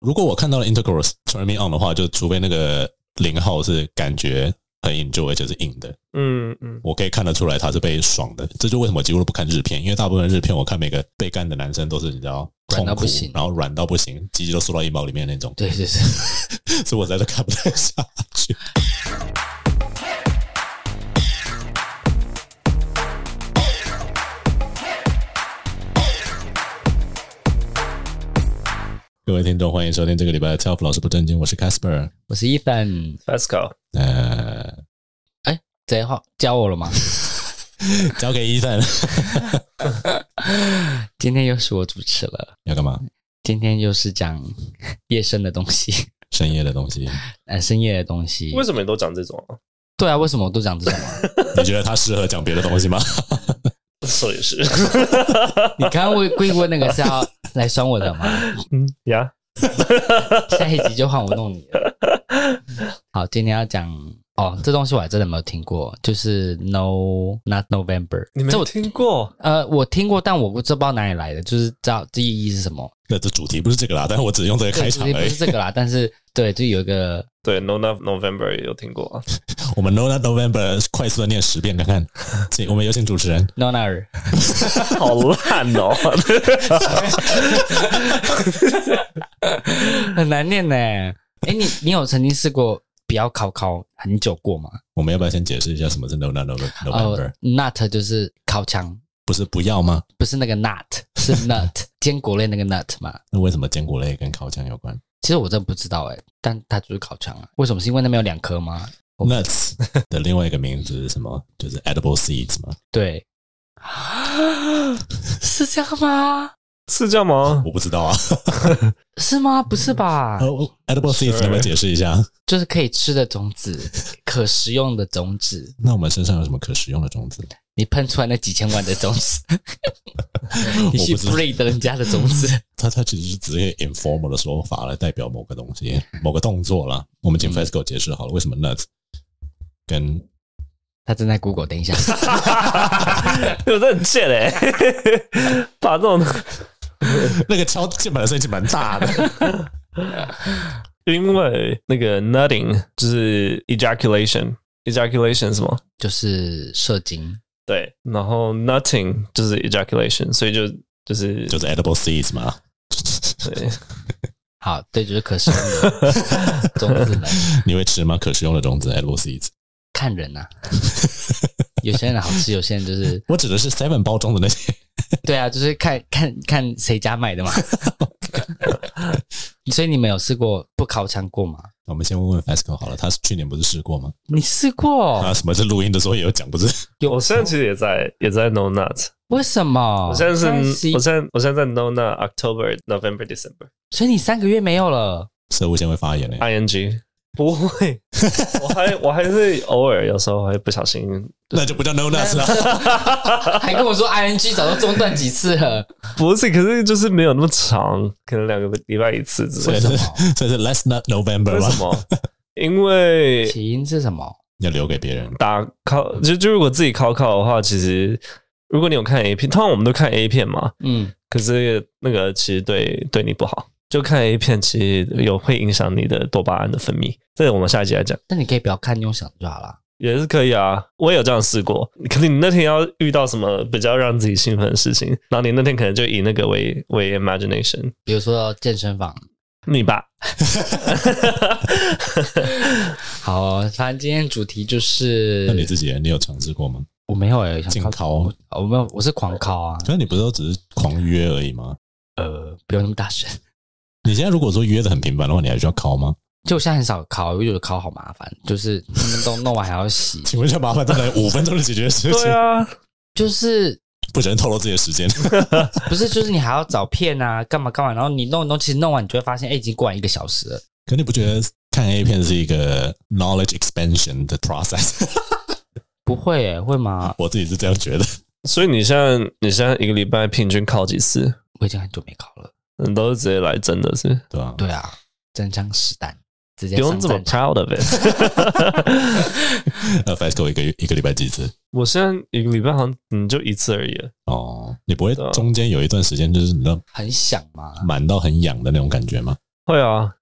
如果我看到了 Intercourse Turn Me On 的话，就除非那个零号是感觉很 enjoy，就是硬的，嗯嗯，我可以看得出来他是被爽的。这就为什么我几乎都不看日片，因为大部分日片我看每个被干的男生都是你知道软痛到苦不行，然后软到不行，鸡鸡都缩到阴毛里面那种，对对对，所以我实在是看不太下去。各位听众，欢迎收听这个礼拜的 Top 老师不正经，我是 Casper。我是一凡， Pascal，呃，这话教我了吗？交给伊森今天又是我主持了，要干嘛？今天又是讲 夜深的东西， 深夜的东西，呃，深夜的东西。为什么你都讲这种啊？对啊，为什么我都讲这种啊？你觉得他适合讲别的东西吗？ 说也是，你刚刚问归问那个是要来酸我的吗？ 嗯呀，下一集就换我弄你了。好，今天要讲哦，这东西我还真的没有听过，就是 No Not November。你没这有我听过？呃，我听过，但我不知道哪里来的，就是知道这意义是什么。那这主题不是这个啦，但是我只用这个开场对主题而不已是。这个啦，但是对，就有一个对，No No November 也有听过啊。我们 No Not November 快速的念十遍看看。请我们有请主持人， No n o 好烂哦！很难念呢。哎，你你有曾经试过不要考考很久过吗？我们要不要先解释一下什么是 No Not Nove- 哦 November？ ，nut 就是烤肠，不是不要吗？不是那个 nut，是 nut 坚果类那个 nut 嘛。那为什么坚果类跟烤酱有关其实我真的不知道哎、但它就是烤肠啊。为什么？是因为那边有两颗吗？我？Nuts 的另外一个名字是什么？就是 edible seeds 嘛。对， 是这样吗？ 是这样吗？ 我不知道 啊。是吗？不是吧？哦 edible seeds 是能不能解释一下？就是可以吃的种 子，可食用的种子，那我们身上有什么可食用的种子？你喷出来那几千万的种 子，你我去不知道 breed 人家的种子。它它其实是只是一个 informal 的说法来代表某个东西、某个动作啦。我嗯们请 FESCO 解释好了，为什么 nuts 跟他正在 Google，等 一下。我真的很贱欸哎， 把这种那个敲键盘的声音其实蛮大 的。因为那个 nutting 就是 ejaculation，ejaculation 是吗？就是射精，对，然后 nutting 就是 ejaculation，所以就就是就是 edible seeds 嘛，对，好，对，就是可食用的 种子们，你会吃吗？可食用的种子 edible seeds。看人呐、啊有些人好吃，有些人就是我指的是 seven 包装的那些。对啊，就是看看看谁家买的 嘛。所以你们有试过不烤肠过吗？我们先问问 FESCO 好了，他是去年不是试过吗？你试过？啊，什么是录音的时候也有讲，不是？我现在其实也在也在 no nut，为什么？我现在是31我现在我现在在 no nut October November December 所以你三个月没有了。社会先会发言哎呢、 ing 不会， 我还我还是偶尔有时候会不小心，那就不叫 no nuts 了。还跟我说 ing 早就中断几次了，不是，可是就是没有那么长，可能两个礼拜一次之所类以的。是 为什么所以是 let's not 为 November 什吗？么？因为起因是什么？要留给别人。打考就就如果自己考考的话，其实如果你有看 A 片，通常我们都看 A 片嘛，嗯，可是那个其实对对你不好。就看 A 片，其实有会影响你的多巴胺的分泌，这个我们下一集来讲那你可以不要看，用想就好了。也是可以啊。我也有这样试过，可是你那天要遇到什么比较让自己兴奋的事情，然后你那天可能就以那个为为 imagination，比如说健身房，你吧，好哦，反正今天主题就是那你自己呢，你有尝试过吗？我没有哎、想禁靠考，我没有，我是狂靠啊，可是你不是都只是狂约而已吗？呃，不用那么大声。你现在如果说约的很频繁的话，你还需要考吗？ ，就我现在很少烤，因为觉得烤好麻烦，就是他们都弄完还要洗请问一下，麻烦真的五分钟就解决的事对情，啊，就是 不小心透露自己的时间。 不是就是你还要找片啊， 干嘛干嘛，然后你弄一弄，其实弄完你就会发现，哎、已经过完一个小时了。可你不觉得看 A 片是一个 knowledge expansion 的 process？ 不会、欸，会吗？我自己是这样觉得。所以你现在你现在一个礼拜平均考几次？我已经很久没烤了。你都是直接来真的是，对吧、对啊，真枪实弹，直接不用上这么战场。 proud of it。 那 FESCO 一个一个礼拜几次？我现在一个礼拜好像嗯就一次而已，哦，你不会对啊中间有一段时间就是你知道很想嘛，满到很痒的那种感觉吗？会啊，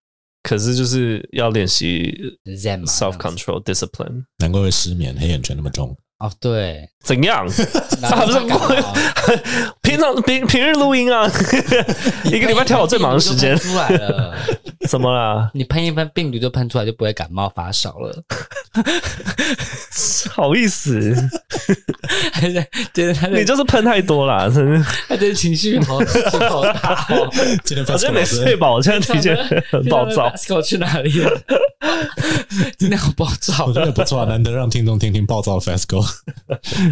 可是就是要练习 Zen 嘛 self 这样子 control discipline。难怪会失眠，黑眼圈那么 重。哦，对，怎样？哪不里是会感冒平常平平日录音啊， 一个礼拜挑我最忙的时间 哎你，喷一喷病毒就喷出来了，怎么啦？你喷一喷病毒就喷出来，就不会感冒发烧了。 好意 思，还是就是他的，你就是喷太多 啦，真的。他的情绪好情绪好大哦。。今天我今 Fasco 天没老睡师，饱，我现在体检 很暴躁我去哪里了？ 今天好暴 躁我，觉得不错啊，难得让听众听听暴躁的 Fasco。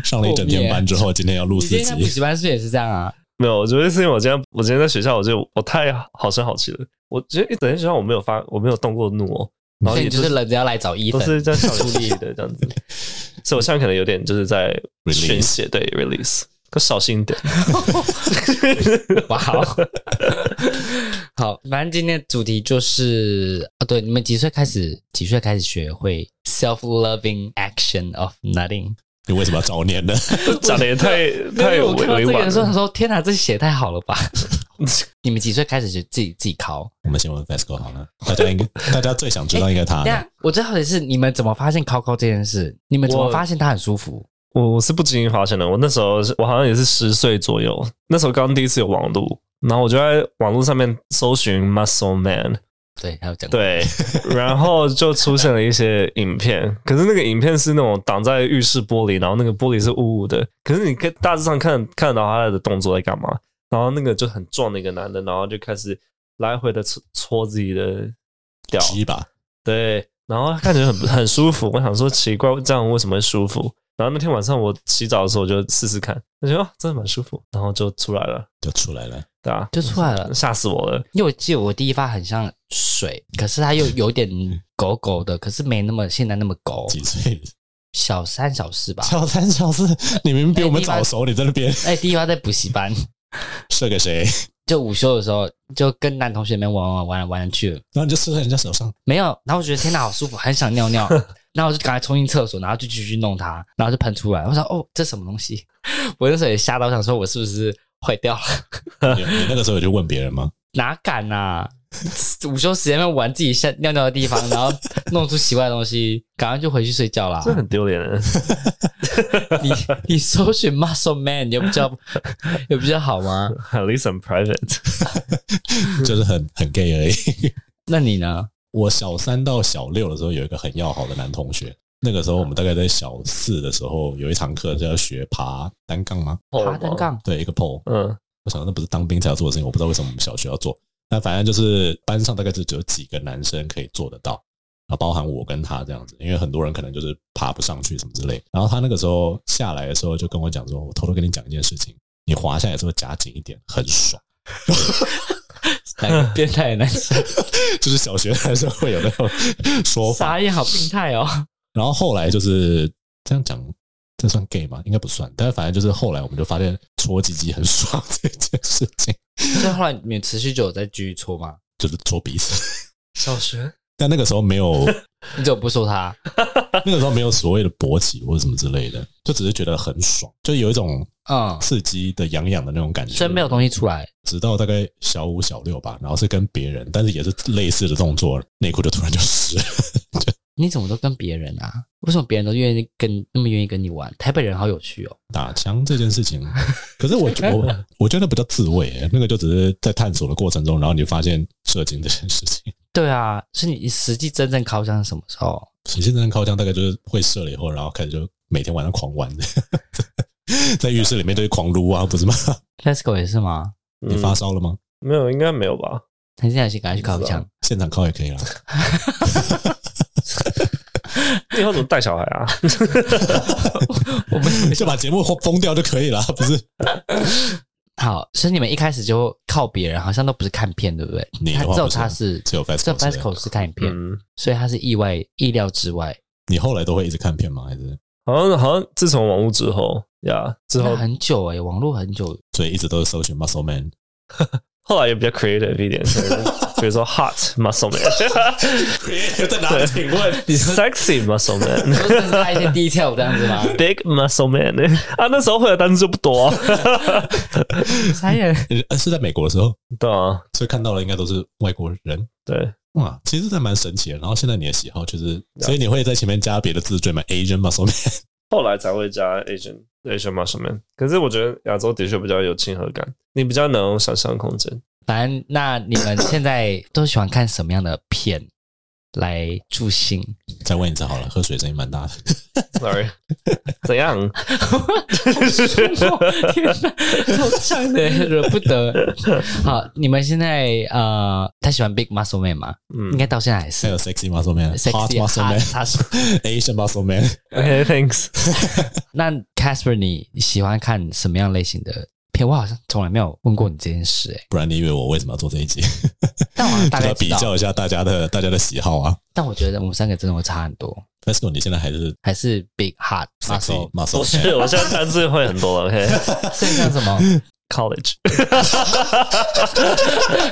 上了一整天班之后，今天要录你今四天上补集，习班是不是也是这样啊？没有，我觉得是因为我今天我今天在学校，我就我太好声好气了。我觉得一整天学校我没有发，我没有动过怒哦，然所后也以你就是冷着要来找医都生，是在校园里的这样 子，所以我现在可能有点就是在 Release 宣泄，对 release，可小心一 点。 哇哦！ 好，反正今天的主题就是哦，对，你们几岁开始？几岁开始学会 self loving action of nothing？你为什么要找念呢？ 讲的也太太因为有我委看到委这个婉的时候，他了。说：“天哪，这写太好 了吧！”你们几岁开始就自己自己考？我们先问 Fasco 好了，大家应 该大家最想知道哎应该他啊等一了下，我最好奇是你们怎么发现考考这件事？你们怎么我发现它很舒服？我我是不经意发现的，我那时候是我好像也是十岁左右，那时候刚第一次有网络，然后我就在网络上面搜寻 Muscle Man，对，还有讲对，然后就出现了一些影片，可是那个影片是那种挡在浴室玻璃，然后那个玻璃是雾雾的，可是你可以大致上看看得到他的动作在干嘛。然后那个就很壮的一个男的，然后就开始来回的搓搓自己的屌，鸡吧，对，然后看起来很很舒服。我想说奇怪，这样为什么会舒服？然后那天晚上我洗澡的时候，我就试试看，我觉得、哦、真的蛮舒服，然后就出来了，就出来了。对啊，就出来了。吓死我了。因为我记得我第一发很像水，可是它又有点狗狗的，可是没那么现在那么狗，几岁？小三小四啊吧。小三小四，你明明比我们早熟，你在那边哎，第一发在补习班，射给谁？就午休的时候，就跟男同学们玩玩玩玩去了，然后你就射在人家手 上，没有。然后我觉得天哪，好舒服，很想尿尿，然后我就赶快冲进厕所，然后就继续弄它，然后就喷出来。我想哦，这什么东西？ 我那时候也吓到，想说我是不是坏掉了？ 你你那个时候有去问别人吗？哪敢呐、午休时间要玩自己下尿尿的地方，然后弄出奇怪的东西，赶快就回去睡觉啦。这很丢 脸的，你你搜寻 muscle man 有比较有比较好吗？ at least I'm private。就是很很 gay 而已。那你呢？我小三到小六的时候有一个很要好的男同学，那个时候我们大概在小四的时候有一堂课叫学爬单杠吗？ 爬单，杠对，一个 pole。嗯，我想那不是当兵才要做的事情，我不知道为什么我们小学要做。但反正就是班上大概就只有几个男生可以做得到，啊，包含我跟他这样子，因为很多人可能就是爬不上去什么之类。然后他那个时候下来的时候就跟我讲说：“我偷偷跟你讲一件事情，你滑下来之后夹紧一点，很爽。 哪个变态的男生？”就是小学还是会有那种说法。傻眼，好病态哦！然后后来就是这样讲，这算 gay 吗？应该不算。但是反正就是后来我们就发现搓鸡鸡很爽 这件事情，所以后来你们持续就有在继续搓吗？就是搓鼻子。小学 但那个时候没有，你怎么不说他？那个时候没有所谓的勃起或者什么之类的，就只是觉得很爽，就有一种嗯，刺激的痒痒的那种感觉。所以没有东西出来，直到大概小五小六吧，然后是跟别人，但是也是类似的动作，内裤就突然就湿了。你怎么都跟别人啊？为什么别人都愿意跟那么愿意跟你玩？台北人好有趣哦！打枪这件事情，可是我 我我觉得那不叫自慰、欸，那个就只是在探索的过程中，然后你发现射精这件事情。对啊，是你实际真正靠向是什么时候？水性真正靠枪大概就是会射了以后，然后开始就每天晚上狂玩的， 在浴室里面就是狂撸啊，不是吗？ Tesco 也是吗？你发烧了吗？嗯没有？应该没有 吧？很现在去赶快去靠是向啊，现场靠也可以啦。以后怎么带小孩啊？我们就把节目封掉就可以了，不是？好，所以你们一开始就靠别人，好像都不是看片，对不对？你的他话只有不是他是只有 Fasco 只有是 Fasco 是看片，嗯，所以他是意外意料之外，你后来都会一直看片吗？还是好像好像自从网络之后呀，之那后很久哎、网络很久，所以一直都是搜寻 Muscle Man？后来也比较 creative 一点，可能 比如说 hot muscle man，sexy 在哪里？请 问 muscle man 你。说真的拍一些 detail 这样子吗？ Big muscle man 啊，那时候会的单词就不多、啊， 傻眼，呃是在美国的时候，对啊，所以看到的应该都是外国人。对，哇，其实这蛮神奇的。然后现在你的喜好就是，所以你会在前面加别的字缀吗？Asian muscle man，后来才会加 Asian Asian muscle man。可是我觉得亚洲的确比较有亲和感，你比较能有想象空间。反正那你们现在都喜欢看什么样的片来助兴？再问一次好了，喝水声音蛮大的。 Sorry，怎 样？ 天哪，好呛的，惹不得。好，你们现在呃，他喜欢 Big Muscle Man 吗？嗯应该到现在还还是有 sexy muscle man，hot sexy 啊 muscle man，他是 Asian muscle man， ，OK，thanks、那 Casper，你喜欢看什么样类型的片？我好像从来没有问过你这件 事、哎，不然你以为我为什么要做这一集？但我好像大就 概要比知道。较一下大家的大家的喜好啊。但我觉得我们三个真的会差很多， Fesco，你现在还是还是 Big Hard sexy Muscle， muscle 不 man？是， 我现在单字会很多了。 所以像什么 OK，college，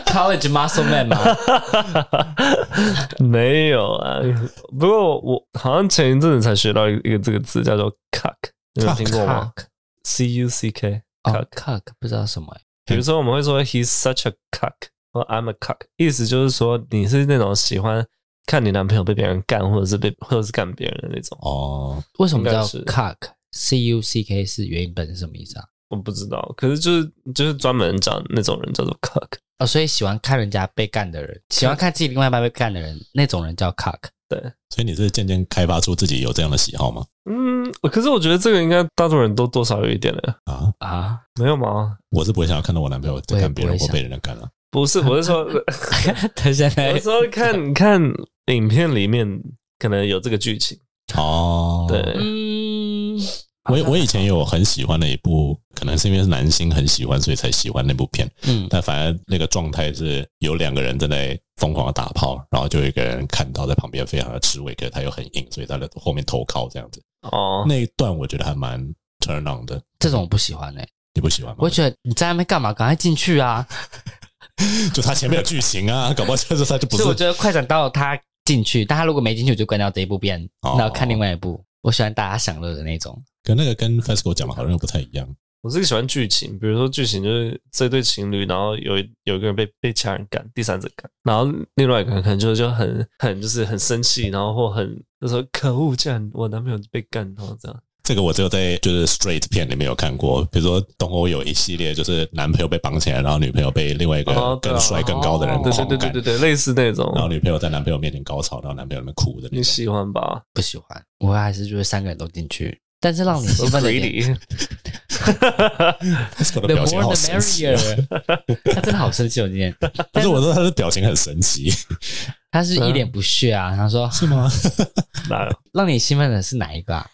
College Muscle Man 吗？ 没有啊。哦不过我好像前一阵子才学到一个这个字，叫做 cuck，你有听过吗 Cuck ？C U C K，哦 Cuck ，Cuck 不知道什么、哎比如说我们会说 he's such a cuck 或 I'm a cuck，意思就是说你是那种喜欢看你男朋友被别人干，或者是被或者是干别人的那种。哦，为什么应叫该是 Cuck？C U C K 是原本是什么意思啊？我不知道，可是就是就是专门讲那种人叫做 cuck，哦，所以喜欢看人家被干的人，喜欢看自己另外一半被干的人，那种人叫 Cuck。所以你是渐渐开发出自己有这样的喜好吗？嗯，可是我觉得这个应该大多人都多少有一点的，啊，啊，没有吗？我是不会想要看到我男朋友在看别我人或也不会想被人家干啊了。不是，我是说， 他现在我是说看看影片里面可能有这个剧情，哦，对，嗯，我我以前有很喜欢的一部，可能是因为是男星很喜欢，所以才喜欢那部片。嗯，但反而那个状态是有两个人正在疯狂的打炮，然后就有一个人看到在旁边非常的吃味，可是他又很硬，所以他在后面投靠这样子。哦，那一段我觉得还蛮 turn on 的，这种我不喜欢哎、你不喜欢吗？我觉得你在那边干嘛？赶快进去啊！就他前面有剧情啊，搞不好就是他就不是所以我觉得快转到他进去，但他如果没进去，我就关掉这一部片，哦然后看另外一部。我喜欢大家享乐的那种。跟那个跟 Fesco 讲的好像又不太一样。我是喜欢剧情，比如说剧情就是这对情侣，然后有一有一个人被被其他人干，第三者干，然后另外一个人可能就就很很就是很生气，然后或很就说可恶，竟然我男朋友被干，然后这样。这个我只有在就是 straight 片里面有看过，比如说东欧有一系列就是男朋友被绑起来，然后女朋友被另外一个哦对啊更帅更高的人哦对狂对对干对对，对，类似那然后种，女朋友在男朋友面前高潮，然后男朋友在那边哭的那你种。喜欢吧？不喜欢，我还是就是三个人都进去，但是让你兴奋的 点 greedy， Fesco 的 The 表情 more 好 the 神奇啊。 merrier。他真的好生气，我今天不是，我说他的表情很神奇，他是一脸不屑啊。他说 是吗？ 哪有让你兴奋的是哪一个啊？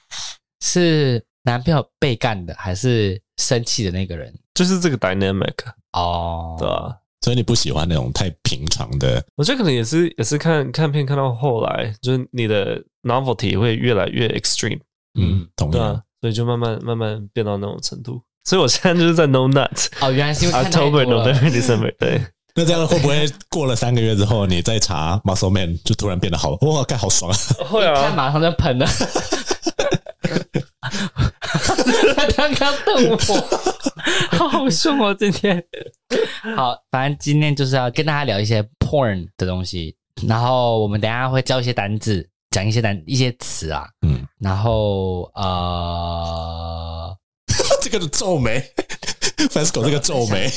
是男朋友被干的，还是生气的那个人？就是这个 dynamic，哦，对吧？ 所以你不喜欢那种太平常的我觉得可能也是也是看看片看到后来，就是你的 novelty 会越来越 extreme，嗯，同对样啊，所以就慢慢慢慢变到那种程度。所以我现在就是在 no nut。哦，原来是因为看太多啊 October, 了。 November, December，对，那这样会不会过了三个月之后，你再查 Muscle Man 就突然变得好哇，该好爽啊！ 会一看，马上就喷了。 他刚刚瞪我，好凶哦！今天好，反正今天就是要跟大家聊一些 porn 的东西，然后我们等一下会教一些单字，讲一些单一些词啊，嗯，然后呃，这个皱眉 ，Fasco 这个皱眉，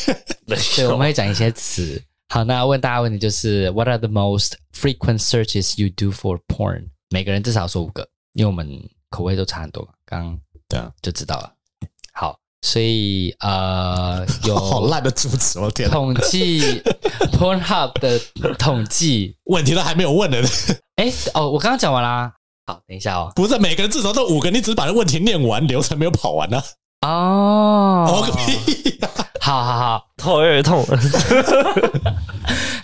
对， 我们会讲一些词。好，那问大家问题就是，What are the most frequent searches you do for porn？每个人至少说五个，因为我们口味都差很多嘛，刚刚对啊，就知道了。好，所以 呃，好有烂的主持，我天哪！统 计 Pornhub 的统计，问题都还没有问呢，哎、哦，我刚刚讲完啦。好，等一下哦。不是每个人至少都五个，你只是把那问题念完，流程没有跑完呢、啊，哦 哦，个屁呀、好好好，头有点痛，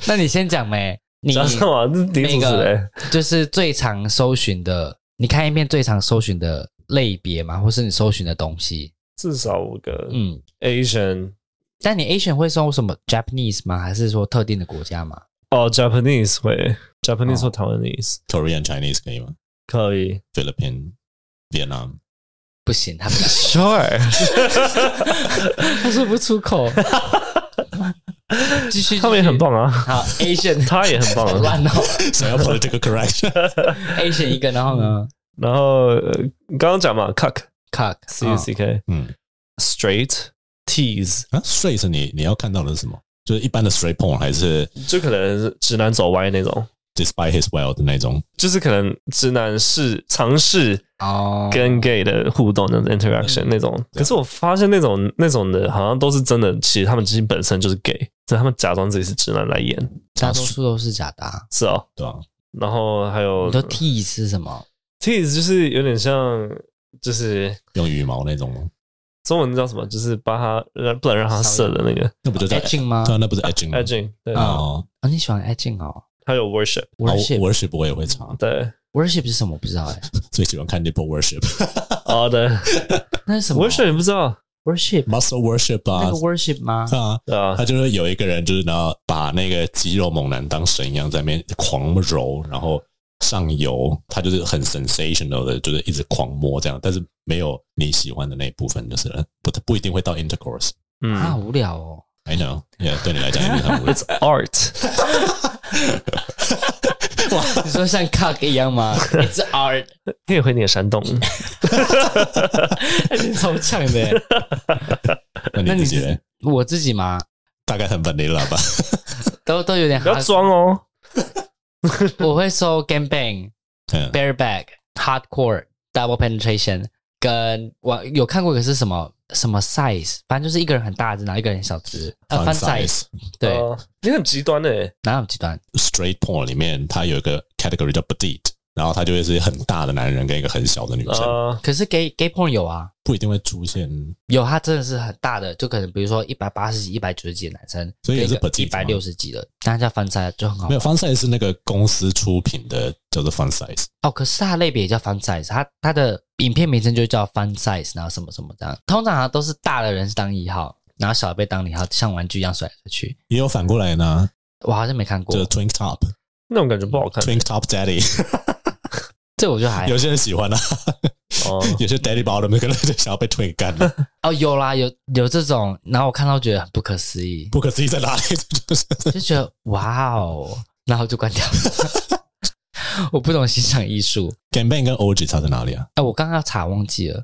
那你先讲呗。你加上我是顶主持人，就是最常搜寻的，你看一遍最常搜寻的类别嘛，或是你搜寻的东西。至少五个嗯， Asian。但你 Asian 会搜什么 Japanese 吗？还是说特定的国家吗？哦，Japanese 会 Japanese 或哦 Taiwanese Korean Chinese 可以吗可以。 ？Philippine Vietnam 不行，他不敢， Sure， 他说不出口。 继续，他们也很继续。棒啊，好，Asian 他也很棒 好啊。烂哦 想要 political correction ，Asian 一个，然后呢然后呃刚刚讲嘛，cuck ，cock 哦 c u c k 嗯 straight tease 啊，straight 是你你要看到的是什么？就是一般的 straight porn 还是就可能是直男走歪那种， despite his will 的那种？就是可能直男是尝试哦，嗯跟 gay 的互动那种 interaction 那种。可是我发现那种那种的，好像都是真的，其实他们自己本身就是 gay，只是他们假装自己是直男来演，大多数都是假的啊。是哦。对啊，然后还有你说 T 是什么？ tease 就是有点像，就是用羽毛那种吗？中文叫什么，就是把它让不能让它射的那个那不就叫 Edging 吗对啊，那不是 edging 吗 edging，对，啊哦，哦，你喜欢 Edging 哦还有 worship，我？Worship 哦 worship 我也会查，对， Worship 是什么？我不知道哎，最喜欢看 nipple worship、 哦对那是什么，worship 你不知道， ？Worship muscle worship 那啊个，Worship 吗？啊，对啊他，就是有一个人，就是然后把那个肌肉猛男当神一样在那边狂揉，然后上油，他就是很 sensational 的，就是一直狂摸这样，但是没有你喜欢的那一部分，就是呃不不一定会到 intercourse。啊，嗯无聊哦。 I know，yeah, 对你来讲一定很无聊。 ，it's art，你说像 cock 一样 吗？It's art，可以回你的山洞， 你超呛的耶。那那你你自己自嘞我自己嘛，大概很本尼 了吧？都都有点不要 hard。装哦，我会搜 game bang、嗯 bareback、hardcore、double penetration，跟我有看过一个是什么什么 size，反正就是一个人很大只，然后一个人很小只。呃 Fun ，fun size， size 对，哦，你很极端欸的，哪有极端？ straight porn 里面，它有一个 category 叫 petite，然后它就会是很大的男人跟一个很小的女生，啊，可是 gay gay porn 有啊，不一定会出现有，它真的是很大的，就可能比如说一百八十几、一百九十几的男生，所以也是一 petite 百吗六十几的，但它叫翻塞就很好没有 fun size 是那个公司出品的，叫做 fun size。哦。可是它的类别也叫 fun size，它它的影片名称就叫 fun size，然后什么什么这样。通常好像啊都是大的人是当一号，然后小的被当零号，像玩具一样甩来甩去。也有反过来呢，我好像没看过就是，twin top 那种感觉不好看 twin top daddy，这我就还有些人喜欢 啊，哦，有些 daddy bottom 可能就想要被 twin 干啊 了，哦有啦，有有这种，然后我看到觉得很不可思议，不可思议在哪里？就是就觉得哇哦，然后就关 掉了。我不懂欣赏艺术， game bang 跟 orgy 差在哪里啊？哎、我刚刚要查忘 记了。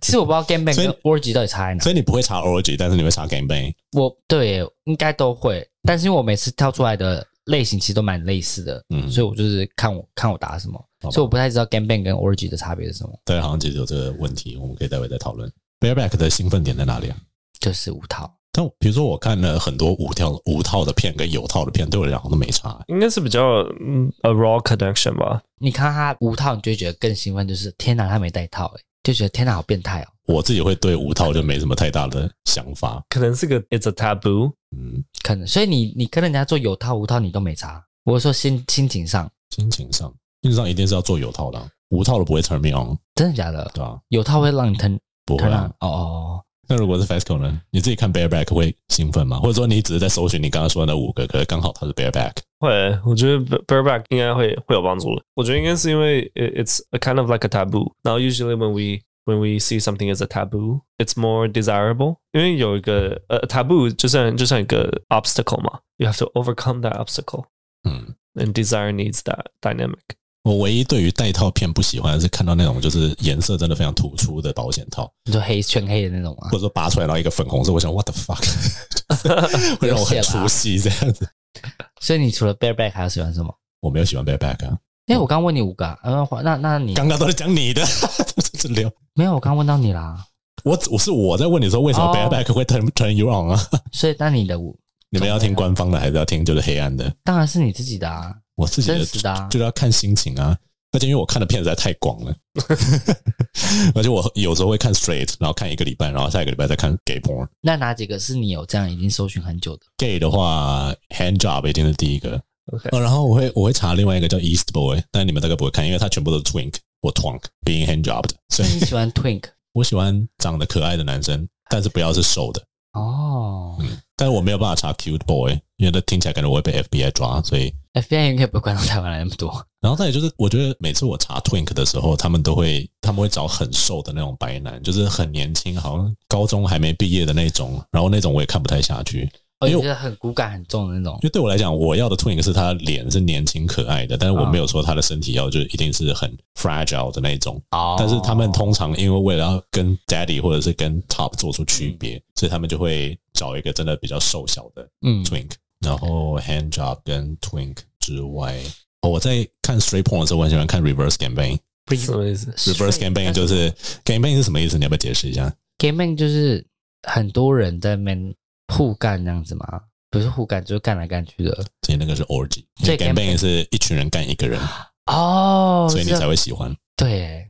其实我不知道 game bang 所以跟 orgy 到底差在哪。所以你不会查 orgy，但是你会查 game bang。我对耶应该都会，但是因为我每次跳出来的类型其实都蛮类似的，嗯所以我就是看我看我答什么，好吧所以我不太知道 game bang 跟 orgy 的差别是什么，对，好像其实有这个问题，我们可以待会再讨论。bareback 的兴奋点在哪里啊？就是五套。但我比如说我看了很多无套无套的片跟有套的片，对我来讲好像都没差、欸应该是比较嗯 a raw connection 吧，你看他五套，你就会觉得更兴奋，就是天哪，他没带套、哎，就觉得天哪，好变态哦。我自己会对无套就没什么太大的想法。可能是个 it's a taboo，嗯，可能，所以你你跟人家做有套无套你都没差。我是说心心情上，心情上，心情上一定是要做有套的啊、无套的不会 turn me on，真的假的？对吧？有套会让你疼不会疼啊啊。？哦哦那如果是 Fasco 呢？你自己看 bareback 会兴奋吗？或者说你只是在搜寻你刚刚说的那五个，可是刚好它是 bareback，会，我觉得 b- bareback 应该会会有帮助的。我觉得应该是因为 i- it's a kind of like a taboo。然后 usually when we when we see something as a taboo, it's more desirable。因为有一个呃 taboo 就像就像一个 obstacle 嘛，you have to overcome that obstacle。嗯。 And desire needs that dynamic。我唯一对于带套片不喜欢的是看到那种就是颜色真的非常突出的保险套，你说黑全黑的那种啊或？者说拔出来然后一个粉红色，我想 what the fuck，会让我很出戏这样子。所以你除了 bareback 还要喜欢什么？我没有喜欢 bareback 啊，因为我刚问你五个、啊，嗯，那那你刚刚都是讲你的， 这流。没有？我刚问到你啦，我我是我在问你说为什么哦 bareback 会 turn turn you on 啊？所以那你的五你们要听官方的还是要听就是黑暗的？当然是你自己的啊，我自己的真实的啊就就要看心情啊。而且因为我看的片子实在太广了， 而且我有时候会看 straight，然后看一个礼拜，然后下一个礼拜再看 gay porn。那哪几个是你有这样已经搜寻很久的？ gay 的话，hand job 一定是第一个。 OK 哦，然后我会我会查另外一个叫 East Boy，但你们大概不会看，因为它全部都是 twink 或 twunk being hand job 的。所那以你 喜欢 twink 我喜欢长得可爱的男生，但是不要是瘦的。哦？但是我没有办法查 cute boy，因为这听起来感觉我会被 FBI 抓，所以。 FBI 应该不会管到台湾来那么多，然后再也就是，我觉得每次我查 twink 的时候，他们都会他们会找很瘦的那种白男，就是很年轻，好像高中还没毕业的那种。然后那种我也看不太下去，因哦，因为你觉得很骨感很重的那种哎为对我来讲，我要的 twink 是他脸是年轻可爱的，但是我没有说他的身体要就一定是很 fragile 的那种。哦。但是他们通常因为为了要跟 daddy 或者是跟 top 做出区别，所以他们就会找一个真的比较瘦小的嗯 twink，然后 hand job 跟 twink 之外，哦，我在看 straight porn 的时候，我很喜欢看 reverse gambang。什么意思？ reverse gambang 就是嗯 gambang 是什么意思？你要不要解释一下？ gaming 就是很多人在那边互干这样子嘛，不是互干，就是干来干去的。所以那个是 orgy，所以 gambang 是一群人干一个人，哦，所以你这才会喜欢。对 耶。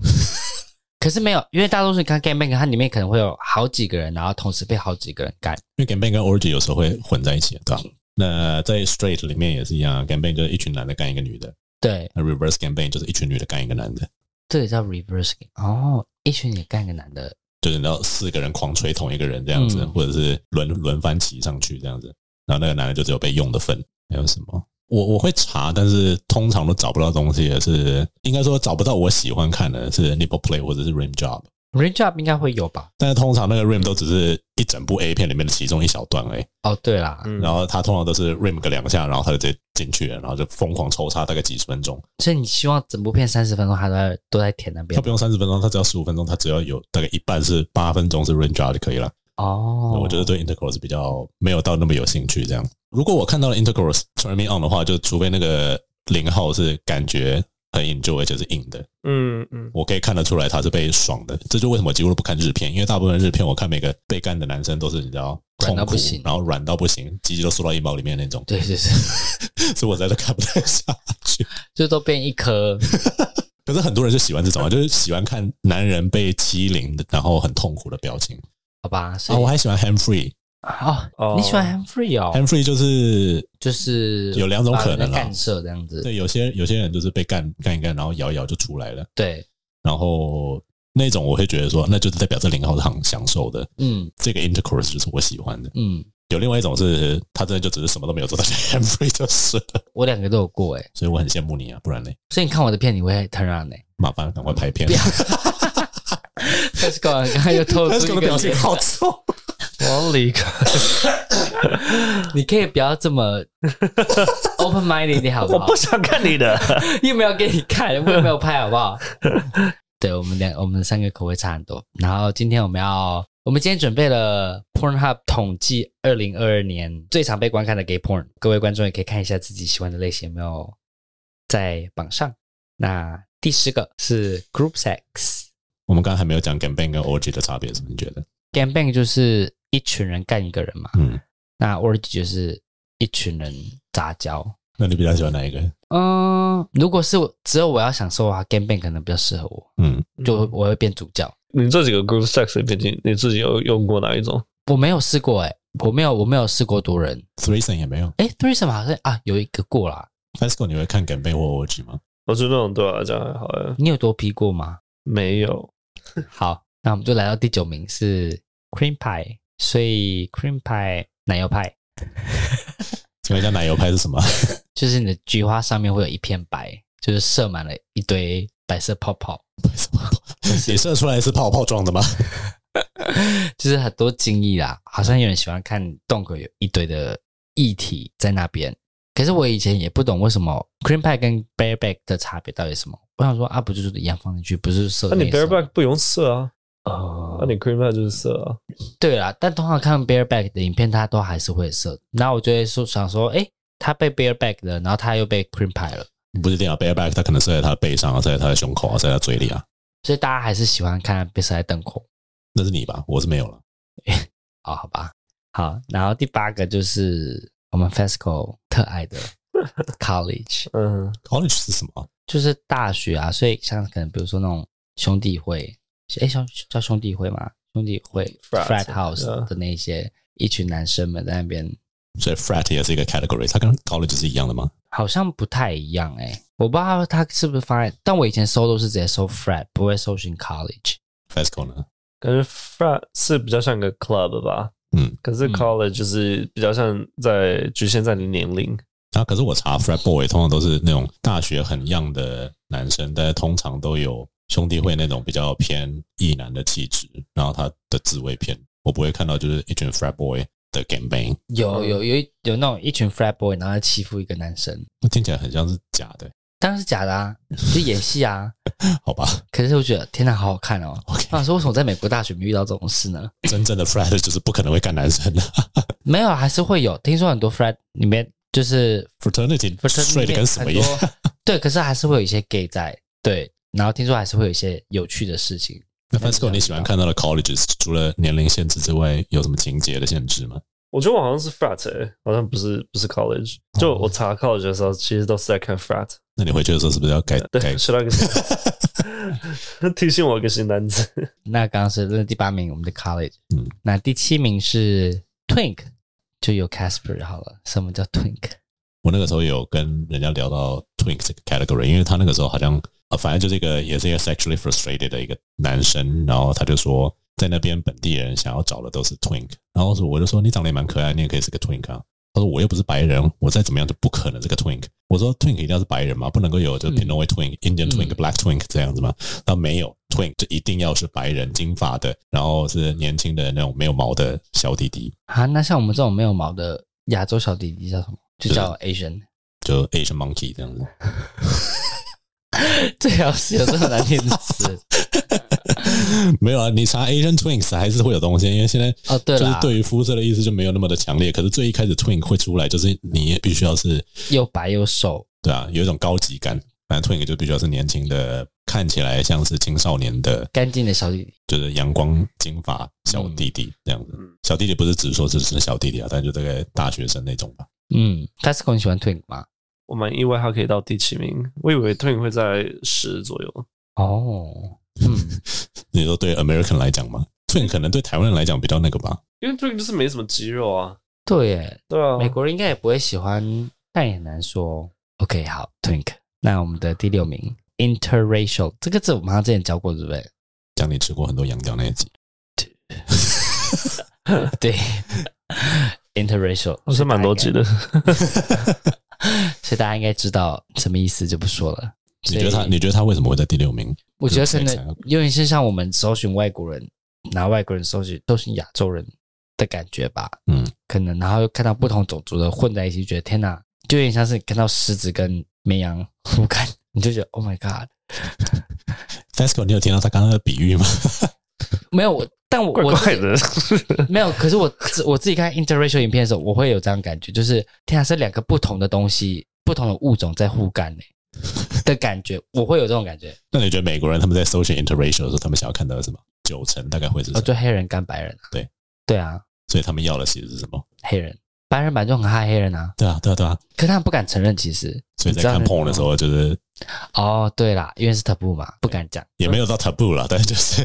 可是没有，因为大多数你看 gaming，它里面可能会有好几个人，然后同时被好几个人干。因为 gambang 跟 orgy 有时候会混在一起，对吧？那在 straight 里面也是一样，gambang 就是一群男的干一个女的，对，那 reverse gambang 就是一群女的干一个男的，这个叫 reverse game。哦，一群也干个男的，就是你知道四个人狂吹同一个人这样子，嗯或者是轮轮番骑上去这样子，然后那个男的就只有被用的份。还有什么？我我会查，但是通常都找不到东西，也是应该说找不到我喜欢看的是 nipple play 或者是 rim job， ring job 应该会有吧？但是通常那个 rim 都只是一整部 A 片里面的其中一小段而已。哦，对啦，嗯然后他通常都是 rim 个两下，然后他就直接进去了，然后就疯狂抽插大概几十分钟。所以你希望整部片三十分钟，他都在都在舔那他边不用三十分钟，他只要十五分钟，他只要有大概一半是八分钟是 rim job 就可以了。哦。我觉得对 intercourse 比较没有到那么有兴趣。这样，如果我看到了 intercourse turn me on 的话，就除非那个零号是感觉很 enjoy，就是硬的，嗯嗯，我可以看得出来他是被爽的。这就为什么我几乎都不看日片，因为大部分日片我看每个被干的男生都是你知道软痛到苦不行，然后软到不行，鸡鸡都缩到阴毛里面那种，对对 对，所以我在这看不太下去。就都变一颗。可是很多人就喜欢这种啊，就是喜欢看男人被欺凌的，然后很痛苦的表情 好吧，所啊。以我还喜欢 hand free，hand 哦哦你喜欢 hand free 哦 free 就是就是有两种可能啊把人家干涉这样子。对有些有些人就是被干干一干，然后摇一摇就出来了，对，然后那种我会觉得说，那就是代表这零号是很享受的，嗯这个 intercourse 就是我喜欢的。嗯，有另外一种是他真的就只 是什么都没有做，但是 hand free 就是了，我两个都有过哎、所以我很羡慕你啊，不然呢？所以你看我的片，你会 turn on 哎、麻烦赶快拍片。但是刚刚又透但是 这个出一表个情脸，好臭，我要 离开。你可以不要这么 open minded 一点好不我好不？想看你的。又没有给你看，我也没有拍好不好？对我们两我们三个口味差很多。然后今天我们要，我们今天准备了 Pornhub 统计二零二二年最常被观看的 gay porn，各位观众也可以看一下自己喜欢的类型有没有在榜上。那第十个是 group sex。我们刚刚还没有讲 gambang 跟 orgy 的差别，是什么？你觉得？ Gangbang 就是一群人干一个人嘛，嗯，那 orgy 就是一群人杂交。那你比较喜欢哪一个？嗯，如果是我只有我要享受的话，Gangbang 可能比较适合我，嗯， 就我会变主角。你这几个 group sex 里面，你你自己有用过哪一种？我没有试过哎、我没有我没有试过多人。 threesome 也没有。哎 t h r e e s o m 好像啊有一个过啦， Fasco，你会看敢被或 OG 吗？我觉得那种对我来讲还好欸，你有多批 过吗？没有。好，那我们就来到第九名是 cream pie，所以 cream pie 奶油派请问一下，奶油派是什么？ 就是你的菊花上面会有一片白，就是射满了一堆白色泡泡， 你射出来是泡泡状的吗？就是很多精液啦。好像有人喜欢看洞口有一堆的液体在那边，可是我以前也不懂为什么 cream pie 跟 bareback 的差别到底是什么。我想说啊，不就是一样放进去，不是射那、你内射吗 bareback 不用色啊，哦那、你 cream pie 就是色啊。对啦，但通常看 bareback 的影片，它都还是会射。然后我就会说想说，诶，他被 bareback 了，然后他又被 cream pie 了，你不是电脑 bareback，它可能射在他的背上啊，射在他的胸口啊，射在他嘴里啊。所以大家还是喜欢看被射在洞口那是你吧？我是没有了。哦，好吧。好，然后第八个就是我们 FESCO 特爱的 college，嗯， College 是什么？就是大学啊，所以像可能比如说那种兄弟会，诶，兄叫兄弟会嘛，兄弟会 Frat frat house 嗯的那些一群男生们在那边所以 frat 也是一个 category，它跟 college 是一样的吗？好像不太一样哎、我不知道他是不是放在，但我以前搜都是直接搜 frat，不会搜寻 college。 Fasco 呢？感觉 frat 是比较像一个 club 吧，嗯，可是嗯 college 就是比较像在局限在你年龄，啊，可是我查 frat boy 通常都是那种大学很样的男生，但是通常都有兄弟会那种比较偏异男的气质，然后他的自慰片，我不会看到就是一群 frat boy 的 gang bang，有嗯有有一有那种一群 frat boy，然后欺负一个男生，那听起来很像是假的，当然是假的啊，就演 戏啊。好吧可是我觉得天哪，好好看哦！ ？OK，我想说，为什么在美国大学没遇到这种事呢？真正的 frat 就是不可能会干男生的没有，啊还是会有。听说很多 frat 里面就是 fraternity 睡的跟什么一样，很多。 对，可是还是会有一些 gay 在。对，然后听说还是会有一些有趣的事情。那 Fasco，你喜欢看到的 colleges 除了年龄限制之外，有什么情节的限制吗？我觉得我好像是 frat，、欸、好像不是不是 college。就我查 college 的时候，其实都是在看 frat。那你回去的时候是不是要改改对，？学到一个新，提醒我一个新单词。那刚刚是那第八名，我们的 college。嗯那第七名是 twink，就有 Casper 好了。什么叫 twink？我那个时候有跟人家聊到 twink 这个 category，因为他那个时候好像啊，反正就是一个也是一个 sexually frustrated 的一个男生，然后他就说在那边本地人想要找的都是 twink，然后我就说你长得也蛮可爱，你也可以是个 twink 啊。他说我又不是白人，我再怎么样就不可能是个 twink。我说 twink 一定要是白人嘛，不能够有就是 Pinoy twink、Indian twink、Black twink 这样子嘛。他说没有 twink 就一定要是白人、金发的，然后是年轻的那种没有毛的小弟弟，啊，那像我们这种没有毛的亚洲小弟弟叫什么？就叫 Asian。 就 Asian monkey 这样子。最好是有这么难听的 词没有啊，你查 Asian Twins 还是会有东西，因为现在哦。对就是啦，对于肤色的意思就没有那么的强烈。可是最一开始 Twin 会出来，就是你也必须要是，又白又瘦，对啊，有一种高级感。反正 Twin 就必须要是年轻的，看起来像是青少年的，干净的小弟弟。就是阳光金发小弟弟这样子。小弟弟不是只说是是小弟弟啊，但就大概大学生那种吧。嗯 t a s c o 你喜欢 twink 吗？我蛮意外他可以到第七名，我以为 Twin 会在十左右。哦，嗯，你说对 American 来讲嘛，Twin 可能对台湾人来讲比较那个吧。因为 Twin 就是没什么肌肉啊，对耶，对哦啊，美国人应该也不会喜欢，但也很难说。OK，好，twink。那我们的第六名，interracial 这个字我们好像之前教过，对不对？讲你吃过很多羊角那一集， 对，interracial 我哦是蛮多集的，所以大家应该知道什么意思，就不说了。你觉得他所以你觉得他为什么会在第六名？我觉得可有谁才能有点是像我们搜寻外国人，拿外国人搜寻搜寻亚洲人的感觉吧。嗯，可能然后又看到不同种族的混在一起，觉得天哪，就有点像是你看到狮子跟绵羊互看，你就觉得 Oh my God！ Fasco，你有听到他刚刚的比喻吗？没有我，但我怪我自怪己的。 没有，可是我自我自己看 interracial 影片的时候，我会有这样感觉，就是天啊，是两个不同的东西、不同的物种在互干呢、的感觉，我会有这种 感觉。那你觉得美国人他们在搜寻 interracial 的时候，他们想要看到的是什么？九成大概会是什哦，么？就黑人干白人、啊，对对啊，所以他们要的其实是什么？黑人白人版就很害黑人啊，对啊，对啊，对啊。可他们不敢承认，其实所以在你知道看那 porn 的时候，就是哦，对啦，因为是 taboo 嘛，不敢讲。也没有到 taboo 了，但就是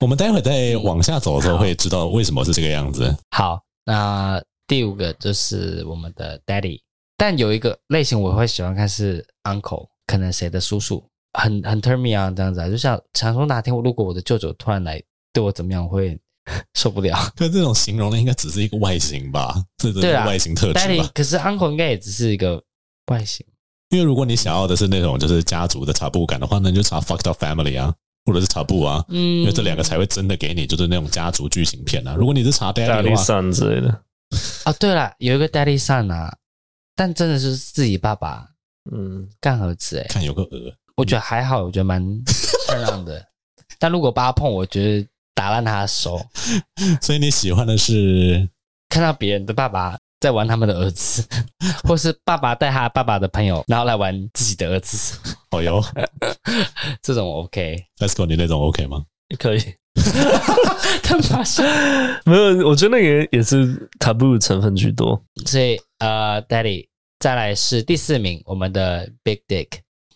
我们待会再往下走的时候会知道为什么是这个样子。好，那第五个就是我们的 daddy，但有一个类型我会喜欢看是 uncle，可能谁的叔叔，很很 turn me on 这样子啊，就像想说哪天我如果我的舅舅突然来对我怎么样，我会 受 不了。可这种形容的应该只是一个外形吧，这只是一对个啊外形特质 daddy，吧。可是 uncle 应该也只是一个外形，因为如果你想要的是那种就是家族的 taboo 感的话，那你就查 fucked up family 啊，或者是 taboo 啊，嗯，因为这两个才会真的给你就是那种家族剧情片啊。如果你是查 daddy 大的力话，散之类的，啊、对了，有一个 daddy son 啊，但真的是自己爸爸嗯，干儿子哎、看有个鹅，我觉得还好，我觉得蛮漂 亮的。但如果把他碰，我觉得打烂他的手。所以你喜欢的是看到别人的爸爸在玩他们的儿子， 或是爸爸带他爸爸的朋友，然后来玩自己的儿子，哦哟这种我 OK。 ，Fasco 你那种 OK 吗？可以。 他马上，没有，我觉得那个也是 taboo 成分居多。所以呃，Daddy，再来是第四名，我们的 Big Dick，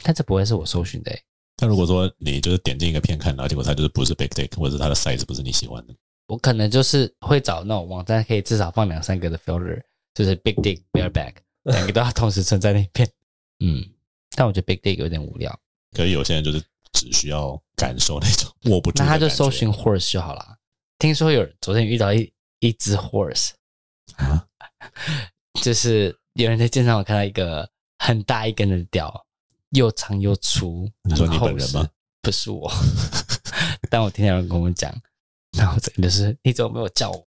但这不会是我搜寻的、欸。但如果说你就是点进一个片看，然后结果它就是不是 big dick，或者是它的 size 不是你喜欢的，我可能就是会找那种网站可以至少放两三个的 filter，就是 Big Dick、Bareback，两个都要同时存在那边。嗯，但我觉得 Big Dick 有点无聊，可是有些人就是只需要感受那种握不住 那的他感觉。就搜寻 horse 就好啦。听说有昨天遇到一一只 horse，啊， 就是有人在街上我看到一个很大一根的屌，又长又粗。你说你很厚本人吗实？不是我， 但我听到有人跟我讲，然后这个就是你怎么没有叫我？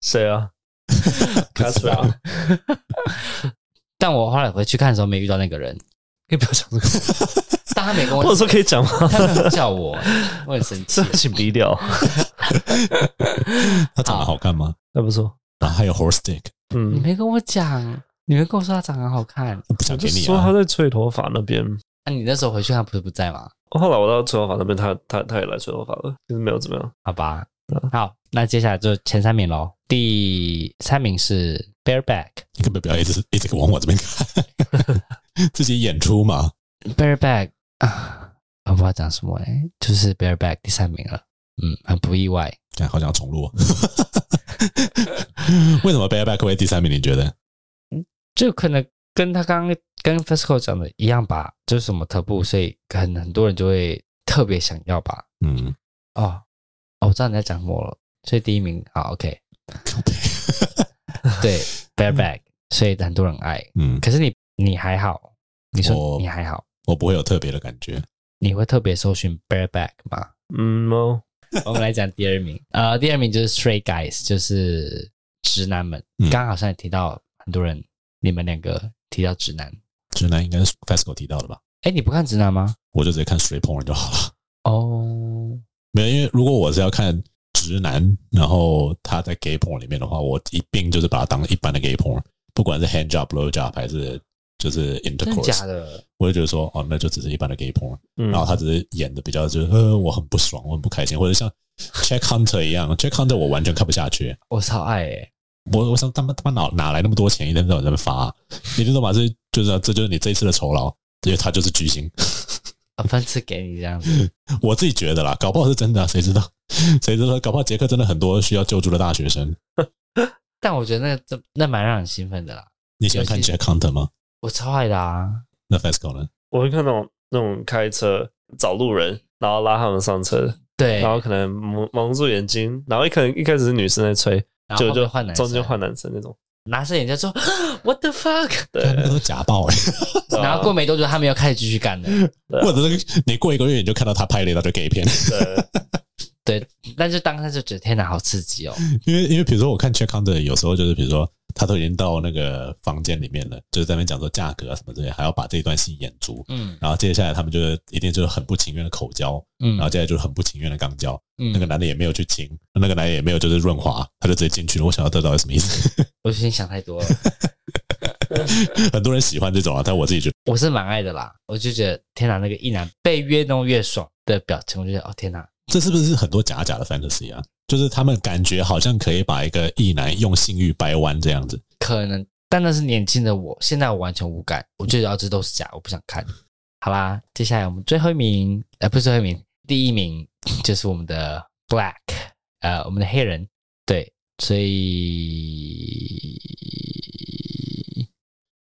谁啊 c a s 啊，但我后来回去看的时候没遇到那个人，可以不要讲 这个，但他没跟我，或者说可以讲吗？他没有叫我，我很生 气这。请低调，他长得好看吗？ 那不错。然后还有 horse dick，你嗯，没跟我讲，你没跟我说他长得好看。不我想就给你说他啊。在吹头发那边，哦那、你那时候回去他不是不在吗？后来我到吹头发那边，他他他也来吹头发了，就是没有怎么样。好吧嗯，好，那接下来就前三名喽。第三名是 Bareback，Bareback 你根本不要一直一直往我这边看， 自己演出嘛。啊，我不知道讲什么哎、就是 Bareback 第三名了。嗯，很不意外，看，好想重录。啊 为什么 Bareback 会第三名？你觉得？就可能跟他刚刚跟 Fesco 讲的一样吧，就是什么特步，所以很很多人就会特别想要吧。嗯，哦，哦，我知道你在讲什么了。所以第一名好，OK，对 Bareback，所以很多人爱。嗯，可是你你还好，你说我你还好，我不会有特别的感觉。你会特别搜寻 Bareback 吗？嗯哦，我们来讲第二名，呃，第二名就是 Straight Guys，就是直男们。嗯刚刚好像也提到很多人，你们两个提到直男，直男应该是 Fasco 提到的吧？哎，你不看直男吗？我就直接看 straight porn 就好了。哦，没有，因为如果我是要看直男，然后他在 gay porn 里面的话，我一并就是把它当一般的 gay porn，不管是 hand job、blow job 还是就是真的 intercourse，假的？我就觉得说，哦，那就只是一般的 gay porn。嗯然后他只是演的比较就是，呃，我很不爽，我很不开心，或者像 Check Hunter 一样，Check Hunter 我完全看不下去。我超爱哎、我我想他妈他妈哪哪来那么多钱，一天到晚在那边发、啊，一天到晚是就是这就是你这一次的酬劳，因为他就是巨星。啊分次给你这 样子，我自己觉得啦，搞不好是真的啊、谁知道？ 谁知道？搞不好捷克真的很多需要救助的大学生。但我觉得那这那蛮让人兴奋的啦，你喜欢看有 Jack Hunter 吗？我超爱的啊！那 Fasco 呢？我会看那种那种开车找路人，然后拉他们上车，对，然后可能蒙蒙住眼睛，然后一可能一开始是女生在吹，然就后后面就换男生，中间换男生那种，男生人家说 What the fuck，对，看那个都假爆哎、 对啊然后过没多久他们又开始继续干了。对啊或者是你过一个月你就看到他拍了一大堆 gay 片， 对啊对，但是当下就觉得天哪，好刺激哦！因为因为比如说我看 Check Hunter 有时候就是比如说他都已经到那个房间里面了，就是在那边讲说价格啊什么之类，还要把这一段戏演足。嗯然后接下来他们就是一定就是很不情愿的口交，嗯然后接下来就是很不情愿的肛交。嗯那个男的也没有去亲，那个男的也没有就是润滑，他就直接进去了。我想要这到底什么意思？我最近想太多了， 很多人喜欢这种啊，但我自己觉得。我是蛮爱的啦。我就觉得天哪，那个一男被越弄越爽的表情，我就觉得哦天哪，这是不是很多假假的 fantasy 啊？就是他们感觉好像可以把一个异男用性欲掰弯这样子。可能但那是年轻的我，现在我完全无感，我就觉得哦这都是假，我不想看。好啦，接下来我们最后一名，呃，不是最后一名，第一名 就是我们的 Black，呃，我们的黑人，对，所以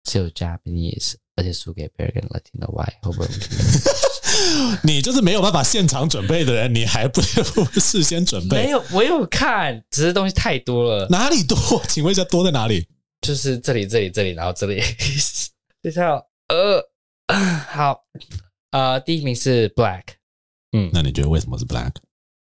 只有 Japanese，而且输给 b e r g a n Latino Y，会不会我们听到你就是没有办法现场准备的人，你还不 不事先准没备？有，我有看，只是东西太多了，哪里多？请问一下，多在哪里？就是这里、这里、这里，然后这里。 等一下哦，呃， 好，呃，第一名是 Black，那你觉得为什么是 black？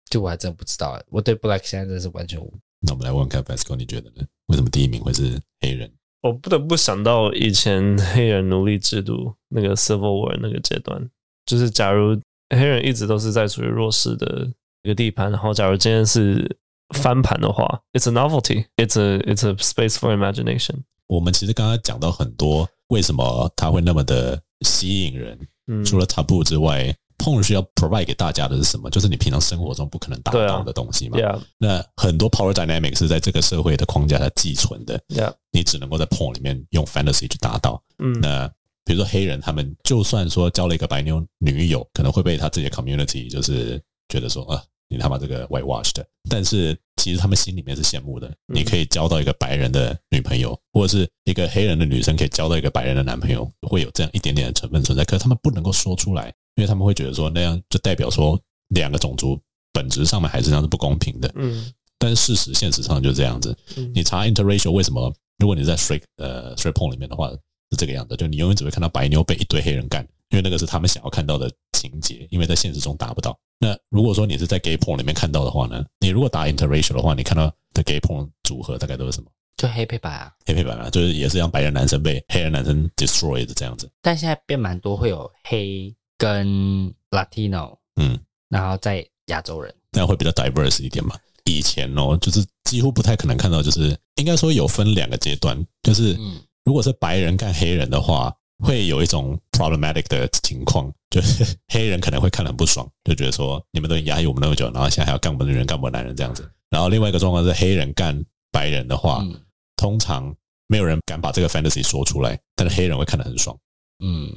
就我还真不知道，欸我对 Black 现在真的是完全无。那我们来问问看 Vasco，你觉得呢？为什么第一名会是黑人？我不得不想到以前黑人奴隶制度那个 Civil War 那个阶段，就是假如黑人一直都是在处于弱势的一个地盘，然后假如今天是翻盘的话，It's a novelty, it's a it's a space for imagination。我们其实刚刚讲到很多，为什么他会那么的吸引人？嗯，除了 taboo 之外碰需要 provide 给大家的是什么？就是你平常生活中不可能达对啊到的东西嘛。 Yeah, 那很多 power dynamic 是在这个社会的框架下寄存的， yeah，你只能够在 porn 里面用 fantasy 去达到。嗯，那比如说黑人，他们就算说交了一个白妞女友，可能会被他自己的 community 就是觉得说啊，你他妈这个 whitewash 的。但是其实他们心里面是羡慕的，你可以交到一个白人的女朋友，或者是一个黑人的女生可以交到一个白人的男朋友，会有这样一点点的成分存在。可是他们不能够说出来，因为他们会觉得说那样就代表说两个种族本质上面还是这样是不公平的。嗯，但是事实现实上就是这样子。你查 interracial 为什么？如果你在 straight 呃 straight porn 里面的话是这个样子，就你永远只会看到白妞被一堆黑人干，因为那个是他们想要看到的情节，因为在现实中达不到。那如果说你是在 gay porn 里面看到的话呢，你如果打 interracial 的话，你看到的 gay porn 组合大概都是什么？就黑配白啊。黑配版啊，就是也是让白人男生被黑人男生 destroy 的这样子。但现在变蛮多会有黑跟 Latino，嗯，然后再亚洲人，那样会比较 diverse 一点嘛。以前哦，就是几乎不太可能看到，就是应该说有分两个阶段，就是嗯，如果是白人干黑人的话，会有一种 problematic 的情况，就是黑人可能会看得很不爽，就觉得说你们都压抑我们那么久，然后现在还要干我们女人、干我们男人这样子。然后另外一个状况是黑人干白人的话，嗯通常没有人敢把这个 fantasy 说出来，但是黑人会看得很爽。嗯，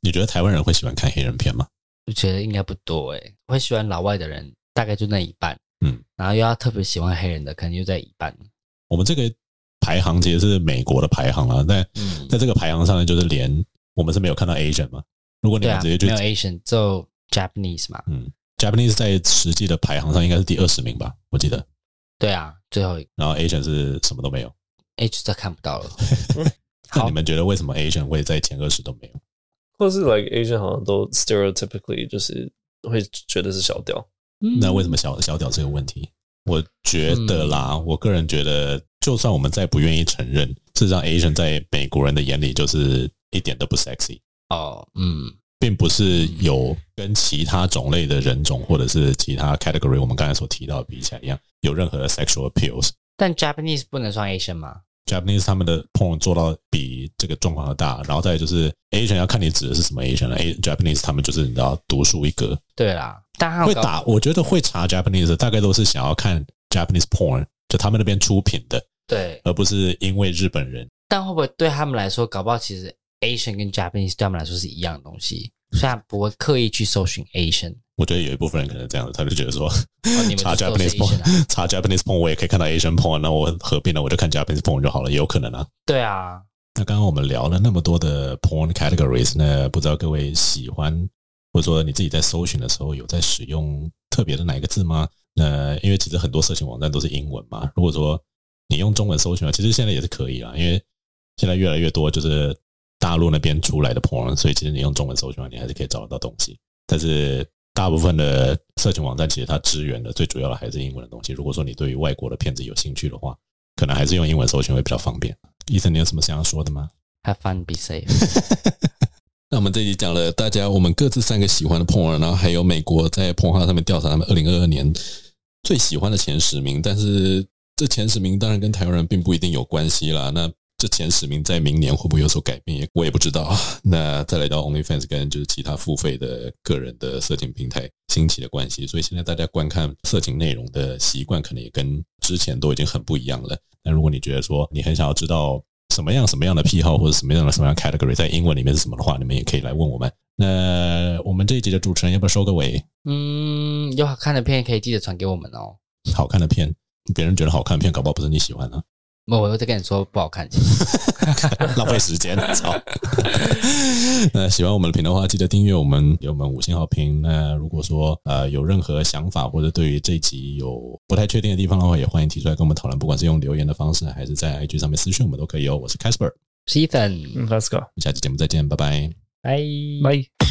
你觉得台湾人会喜欢看黑人片吗？我觉得应该不多诶、会喜欢老外的人大概就那一半，嗯，然后又要特别喜欢黑人的，可能又在一半，我们这个排行其实是美国的排行啊，在嗯，在这个排行上呢，就是连我们是没有看到 Asian 嘛。如果你对们啊，直接没去、有 Asian 就 Japanese 嘛， Japanese 在实际的排行上应该是第二十名吧，我记得。对啊，最后一个然后 Asian 是什么都没有。 H 再看不到了，那好你们觉得为什么 Asian 会在前二十都没有？或是 like Asian 好像都 stereotypically 就是会觉得是小调， 那为什么？么小小屌这个问题？我觉得嗯啦，我个人觉得，就算我们再不愿意承认，事实上 Asian 在美国人的眼里就是一点都不 sexy，哦，嗯并不是有跟其他种类的人种或者是其他 category 我们刚才所提到的比起来一样，有任何的 sexual appeals。但 Japanese 不能算 Asian 吗？ Japanese 他们的 porn 做到比这个状况要大，然后再来就是 Asian 要看你指的是什么 Asian 了。A Japanese 他们就是你知道独树一格，对啦，但他有会啊搞打，我觉得会查 Japanese 的大概都是想要看 Japanese porn，就他们那边出品的，对，而不是因为日本人。但会不会对他们来说，搞不好其实 Asian 跟 Japanese 对他们来说是一样的东西，虽然不会刻意去搜寻 Asian，、我觉得有一部分人可能这样子，他就觉得说 哦、你们查就搜是 Japanese Asian 啊？ porn，查 Japanese porn 我也可以看到 Asian porn，那我合并了我就看 Japanese porn 就好了，也有可能啊。对啊，那刚刚我们聊了那么多的 porn categories，那不知道各位喜欢或者说你自己在搜寻的时候有在使用特别的哪一个字吗？那因为其实很多色情网站都是英文嘛，如果说你用中文搜寻啊，其实现在也是可以啦，因为现在越来越多就是大陆那边出来的 porn，所以其实你用中文搜寻啊，你还是可以找得到东西。但是大部分的色情网站其实它支援的最主要的还是英文的东西。如果说你对于外国的片子有兴趣的话，可能还是用英文搜寻会比较方便。伊森，你有什么想要说的吗？ ，Have fun, be safe。那我们这集讲了大家我们各自三个喜欢的 porn，然后还有美国在 porn 上面调查他们二零二二年最喜欢的前十名，但是这前十名当然跟台湾人并不一定有关系啦。那这前十名在明年会不会有所改变，也我也不知道。那再来到 OnlyFans 跟就是其他付费的个人的色情平台兴起的关系，所以现在大家观看色情内容的习惯可能也跟之前都已经很不一样了。那如果你觉得说你很想要知道什么样什么样的癖好或者什么样的什么样的 category 在英文里面是什么的话，你们也可以来问我们。那我们这一集的主持人要不要收个尾？嗯，有好看的片可以记得传给我们哦。好看的片，别人觉得好看的片，搞不好不是你喜欢的、啊我我又在跟你说不好看，其实 浪费时间。操！ 那喜欢我们的频道的话，记得订阅我们，给我们五星好评。那如果说呃有任何想法或者对于这一集有不太确定的地方的话，也欢迎提出来跟我们讨论，不管是用留言的方式，还是在 IG 上面私讯我们都可以哦。我是 Casper，我们是 Ethan，嗯，Let's go，下期节目再见，拜拜。拜拜。